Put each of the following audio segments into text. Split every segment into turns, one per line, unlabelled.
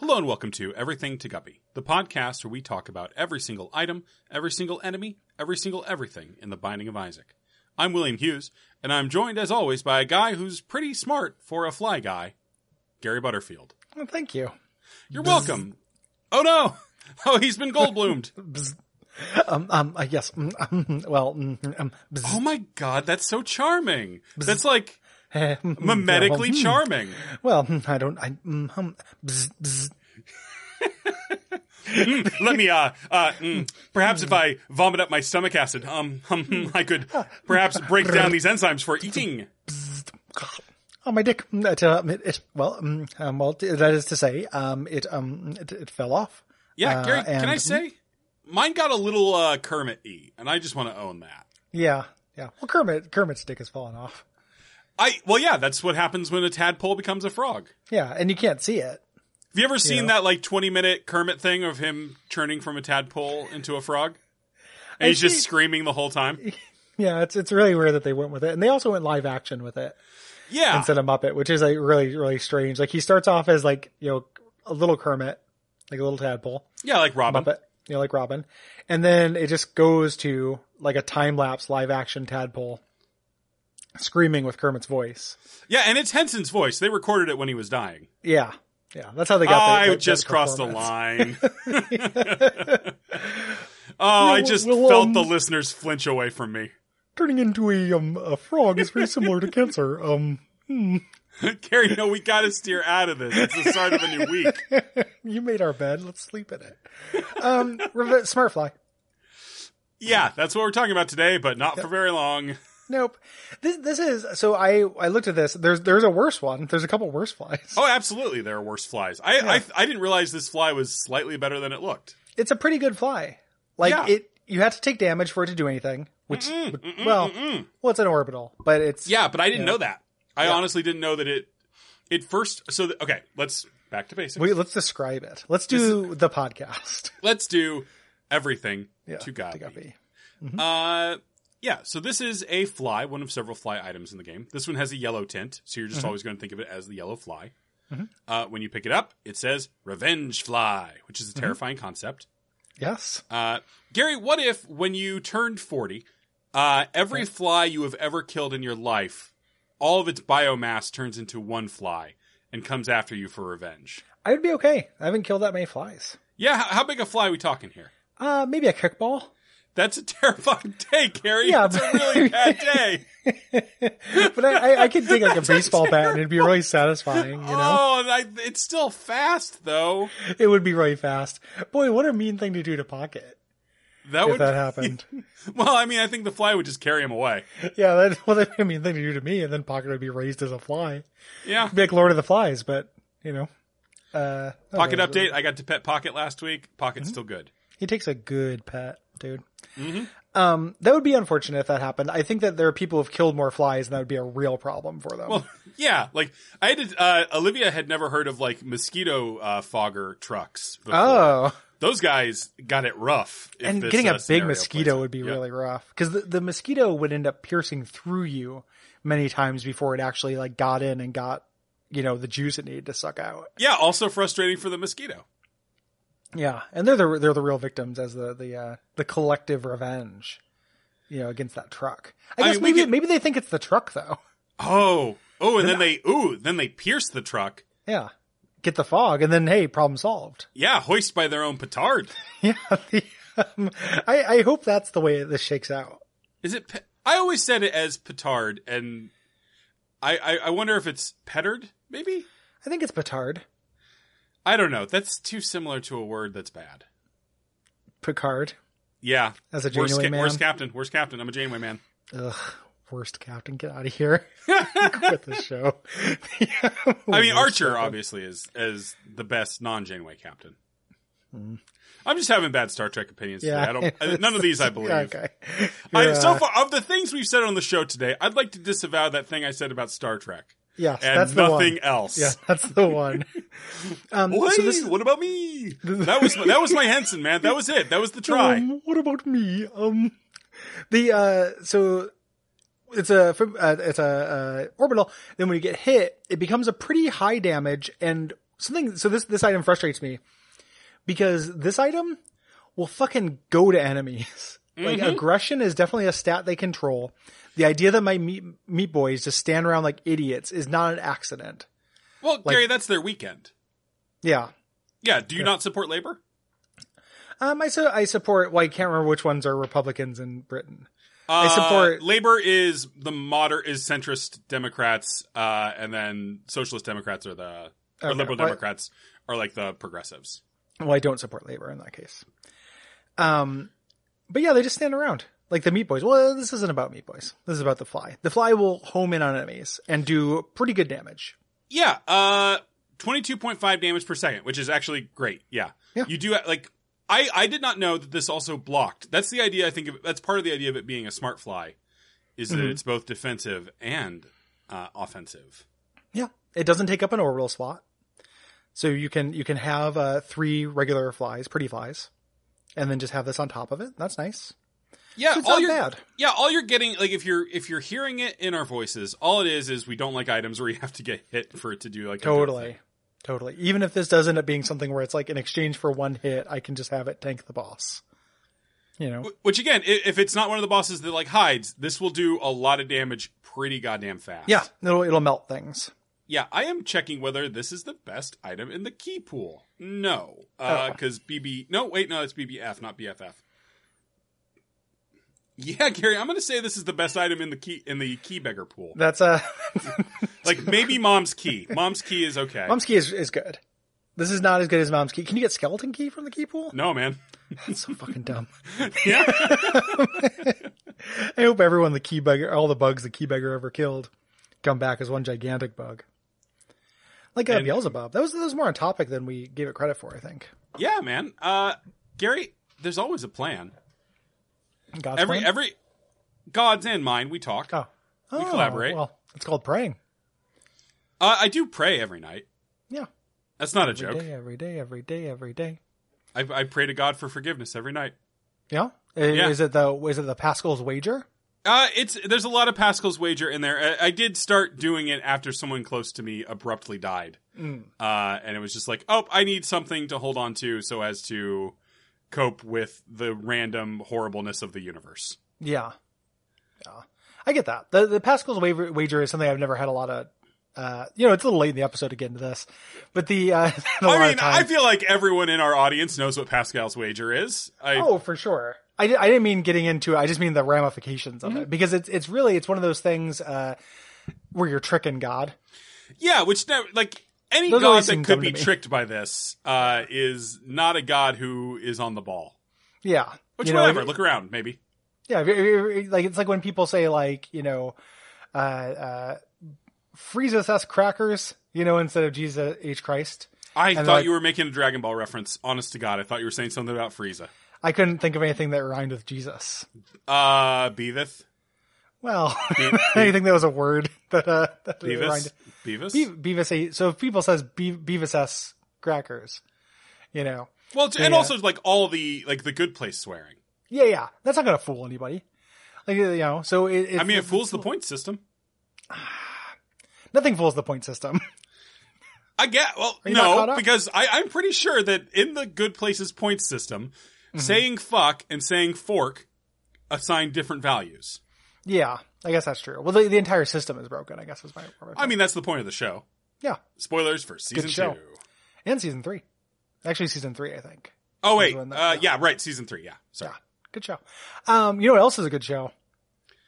Hello and welcome to Everything to Guppy, the podcast where we talk about every single item, every single enemy, every single everything in the Binding of Isaac. I'm William Hughes, and I'm joined as always by a guy who's pretty smart for a fly guy, Gary Butterfield.
Well, thank you.
You're welcome. Oh no! Oh, he's been gold bloomed.
Um, um, I guess. mm, mm, well, mm, um, bzz,
oh my god, that's so charming. That's like
eh, mm, mm,
mimetically
yeah,
charming.
Well, mm, well, mm, I don't. I mm, hum, bzz, bzz.
Mm, let me, uh, uh, mm, perhaps if I vomit up my stomach acid, um, hum, hmm, I could perhaps break down these enzymes for eating.
Oh, my dick. Mm, It, um, it, it well, mm, um, well, t- that is to say, um, it um, it, it fell off.
Yeah,
Uh,
Gary, can I
and-
say? Mine got a little uh, Kermit y, and I just want to own that.
Yeah, yeah. Well, Kermit, Kermit's dick has fallen off.
I well, yeah, that's what happens when a tadpole becomes a frog.
Yeah, and you can't see it.
Have you ever seen
Yeah.
that like twenty minute Kermit thing of him turning from a tadpole into a frog? And
I
he's just
see-
screaming the whole time.
Yeah, it's it's really weird that they went with it, and they also went live action with it.
Yeah,
instead of Muppet, which is like really, really strange. Like he starts off as like, you know, a little Kermit, like a little tadpole,
yeah, like Robin.
Muppet, you know, like Robin. And then it just goes to like a time lapse live action tadpole screaming with Kermit's voice.
Yeah, and it's Henson's voice. They recorded it when he was dying.
Yeah. Yeah. That's how they got the-
I
the, the
just crossed the
performance.
line. oh, I
We'll-
just
we'll,
felt
um,
the listeners flinch away from me.
Turning into a, um, a frog is very similar to cancer. Um,
Gary, no, we got to steer out of this. It's the start of a new week.
you made our bed. Let's sleep in it. Um, Rev- Smartfly.
Yeah, that's what we're talking about today, but not for very long.
Nope. This this is so I I looked at this. There's there's a worse one. There's a couple worse flies.
Oh, absolutely, there are worse flies. I, I I didn't realize this fly was slightly better than it looked.
It's a pretty good fly. Like
Yeah.
it you have to take damage for it to do anything, which would- well, well it's an orbital, but it's
Oh. Yeah, but I didn't know that. I honestly didn't know that it it first. So th- okay, let's back to basics.
Wait, let's describe it. Let's do the podcast.
let's do everything
Yeah.
to God.
Guppy.
Uh, yeah. So this is a fly, one of several fly items in the game. This one has a yellow tint, so you're just always going to think of it as the yellow fly. Uh, when you pick it up, it says "revenge fly," which is a terrifying concept.
Yes.
Uh, Gary, what if when you turned 40, uh, every fly you have ever killed in your life, all of its biomass turns into one fly and comes after you for revenge?
I would be okay. I haven't killed that many flies.
Yeah, how, how big a fly are we talking here?
Uh maybe a kickball.
That's a terrifying day, Gary.
Yeah,
That's a
but-
really bad day.
But I, I, I could dig like a baseball bat and it'd be really satisfying, you know?
Oh, and I, it's still fast, though.
It would be really fast. Boy, what a mean thing to do to pocket
That
if
would.
that happened.
Well, I mean, I think the fly would just carry him away.
Yeah, that, well, that'd be a mean thing to do to me, and then Pocket would be raised as a fly.
Yeah.
It'd be like Lord of the Flies, but, you know. Uh, oh,
Pocket
no,
update. I got to pet Pocket last week. Pocket's
Mm-hmm.
still good.
He takes a good pet, dude.
Mm-hmm.
Um, that would be unfortunate if that happened. I think that there are people who've killed more flies, and that would be a real problem for them.
Well, yeah, like I had to, uh, Olivia had never heard of like mosquito uh, fogger trucks. Before.
oh,
those guys got it rough. if
and
this,
getting
uh,
a big
scenario plays
mosquito
out.
would be
Yeah.
really rough because the, the mosquito would end up piercing through you many times before it actually like got in and got you know the juice it needed to suck out.
yeah, also frustrating for the mosquito.
Yeah, and they're the they're the real victims as the the uh, the collective revenge, you know, against that truck. I
I
guess
mean, we
maybe
could-
maybe they think it's the truck though.
Oh, oh, and then they ooh, then they pierce the truck.
Yeah, get the fog, and then hey, problem solved.
Yeah, hoist by their own petard.
Yeah, the, um, I I hope that's the way this shakes out.
Is it? Pe- I always said it as petard, and I, I I wonder if it's petard. Maybe
I think it's Petard,
I don't know. That's too similar to a word that's bad.
Picard
Yeah,
as a
worst,
Janeway
ca-
man.
worst captain. Worst captain. I'm a Janeway man.
Ugh, worst captain, get out of here. Quit the show.
I mean, Archer obviously is is the best non Janeway captain. I'm just having bad Star Trek opinions
Hmm. Yeah.
today. I don't. I- None of these I believe.
Okay.
I,
You're,
so
uh,
far, of the things we've said on the show today, I'd like to disavow that thing I said about Star Trek
yes,
and
that's the
nothing
one.
else.
Yeah, that's the one. Um,
Boy,
so this is
what about me? that was my, that was my Henson man. That was it. That was the try.
Um, what about me? Um, the uh, so it's a uh, it's a uh, orbital. Then when you get hit, it becomes a pretty high damage and something. So this this item frustrates me because this item will fucking go to enemies. Like aggression is definitely a stat they control. The idea that my meat, meat boys just stand around like idiots is not an accident.
Well, Gary, that's their weekend.
Yeah.
Yeah. Do you not support labor?
Um, I su- I support. Well, I can't remember which ones are Republicans in Britain.
I
support-
Uh, labor is the moder is centrist Democrats, uh, and then socialist Democrats are the or
Okay,
liberal
well-
Democrats are like the progressives.
Well, I don't support labor in that case. Um, but yeah, they just stand around like the Meat Boys. Well, this isn't about Meat Boys. This is about the Fly. The Fly will home in on enemies and do pretty good damage.
Yeah, uh, twenty two point five damage per second, which is actually great. Yeah,
Yeah.
You do like I I did not know that this also blocked. That's the idea. I think of, that's part of the idea of it being a smart fly, is that
Mhm.
it's both defensive and uh, offensive.
Yeah, it doesn't take up an orbital slot, so you can you can have uh, three regular flies, pretty flies, and then just have this on top of it. That's nice.
Yeah,
So it's
all
not
you're
bad.
yeah all you're getting like if you're if you're hearing it in our voices, all it is is we don't like items where you have to get hit for it to do like a dope
Totally.
thing.
Totally. Even if this does end up being something where it's like in exchange for one hit, I can just have it tank the boss. You know?
Wh- Which again, i- if it's not one of the bosses that like hides, this will do a lot of damage pretty goddamn fast.
Yeah, it'll it'll melt things.
Yeah, I am checking whether this is the best item in the key pool. No, Uh,
Oh.
because BB. No, wait, no, it's BBF, not BFF. Yeah, Gary, I'm going to say this is the best item in the key in the key beggar pool.
That's uh
Like maybe Mom's key. Mom's key is okay.
Mom's key is, is good. This is not as good as Mom's key. Can you get skeleton key from the key pool?
no, man.
That's so fucking dumb.
Yeah,
I hope everyone the key bugger all the bugs the key bugger ever killed come back as one gigantic bug. Like uh,
And-
Beelzebub. That was that was more on topic than we gave it credit for, I think.
yeah, man. Uh, Gary, there's always a plan.
God's
Every
plan?
every God's and mine. We talk.
oh. Oh,
collaborate.
Well, it's called praying.
Uh, I do pray every night.
Yeah.
That's not a
Every
joke.
day, every day, every day, every day.
I, I pray to God for forgiveness every night.
Yeah. I-
Yeah.
Is it the is it the Pascal's wager?
Uh, it's there's a lot of Pascal's wager in there. I, I did start doing it after someone close to me abruptly died, uh, and it was just like, oh, I need something to hold on to so as to cope with the random horribleness of the universe.
Yeah. Yeah. I get that. The the Pascal's waver, wager is something I've never had a lot of uh, you know, it's a little late in the episode to get into this, but the uh, a
I
lot of
mean,
times-
I feel like everyone in our audience knows what Pascal's wager is. I,
Oh, for sure. I, di- I didn't mean getting into it. I just mean the ramifications
Mm-hmm.
of it because it's it's really it's one of those things uh, where you're tricking God.
Yeah, which never like any
Those
god
always
that
seem
could
dumb
be
to me.
tricked by this uh, is not a god who is on the ball.
Yeah.
Which
You know,
whatever,
if-
look around, maybe.
Yeah, if you're- if you're- like it's like when people say like you know, uh, uh, freeze us us crackers, you know, instead of Jesus H Christ.
I
And
thought
like-
you were making a Dragon Ball reference. Honest to God, I thought you were saying something about Frieza.
I couldn't think of anything that rhymed with Jesus.
Uh, Beavith?
Well,
Be-
anything that was a word that uh, that
Beavis?
rhymed.
Beavis?
Be- Beavis. A- So if people says Be- Beavis S crackers, you know,
well, t- and
yeah.
also like all the like the good place swearing.
yeah, yeah, that's not gonna fool anybody. Like you know, so it, it's,
I mean, it fools the point system.
nothing fools the point system.
I get well,
you not caught
no,
up?
because I, I'm pretty sure that in the good places point system,
Mm-hmm.
saying fuck and saying fork assign different values.
yeah, I guess that's true. Well, the, the entire system is broken. I guess was my.
I mean, that's the point of the show.
yeah.
Spoilers for season
show.
two.
and season three. Actually, season three, I think.
Oh wait,
when that-
uh, yeah, right, season three. Yeah, sorry.
Good show. Um, you know what else is a good show?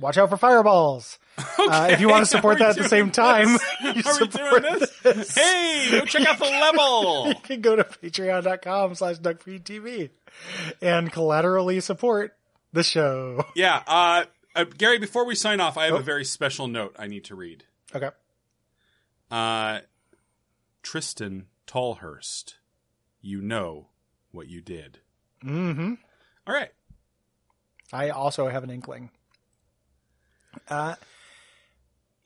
Watch out for fireballs. Uh, if you want to support
Are we
that at the same
doing
time,
this?
you
Are we
support
doing this?
this.
Hey, go check out the level.
You can go to patreon.com slash duckfeedtv and collaterally support the show.
Yeah, uh, uh, Gary. Before we sign off, I
Oh.
have a very special note I need to read.
Okay.
Uh, Tristan Tallhurst, you know what you did.
hmm
All right.
I also have an inkling. Uh,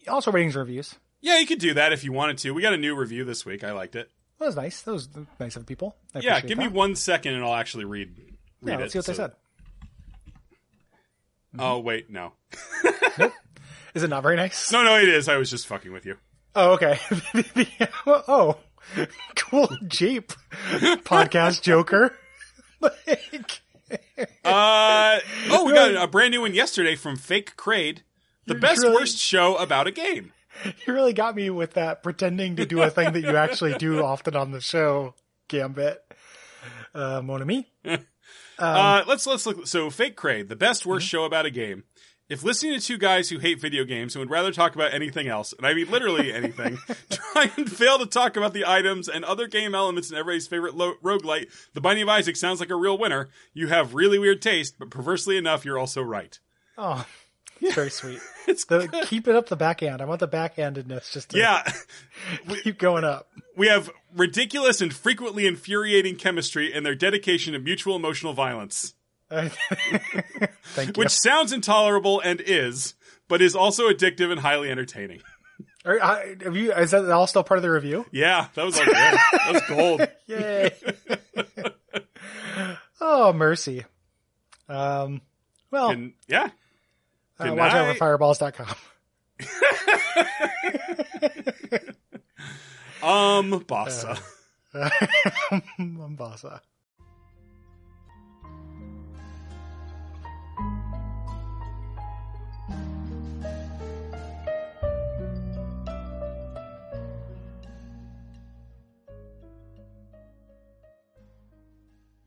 also ratings and reviews.
Yeah, you could do that if you wanted to. We got a new review this week. I liked it.
That was nice. That was nice of people. I
Yeah,
appreciate
give me
that.
one second and I'll actually read. read
Yeah,
it,
let's see what they
so-
said. Mm-hmm.
Oh wait, no,
Is it not very nice?
no, no, it is. I was just fucking with you.
Oh, okay. The- the- oh, cool Jeep podcast Joker. like,
Uh, oh, we got a brand new one yesterday from Fake Crade. The best
really-
worst show about a game.
you really got me with that pretending to do a thing that you actually do often on the show, Gambit. Uh, mon ami.
uh, let's let's look. So, Fake Crade, the best worst show about a game. If listening to two guys who hate video games and would rather talk about anything else, and I mean literally anything, try and fail to talk about the items and other game elements in everybody's favorite lo- roguelite, The Binding of Isaac sounds like a real winner. You have really weird taste, but perversely enough, you're also right.
Oh, it's very sweet.
It's
The, keep it up the back end. I want the back endedness just to
yeah.
keep going up.
We have ridiculous and frequently infuriating chemistry and their dedication to mutual emotional violence,
Thank you.
which sounds intolerable and is, but is also addictive and highly entertaining.
Are, I, have you? Is that all still part of the review?
Yeah, that was like yeah, that was gold.
Yay! oh mercy. Um. Well,
And yeah,
uh, watch out
goodnight.
for fireballs.com.
um, Bossa.
Mombasa.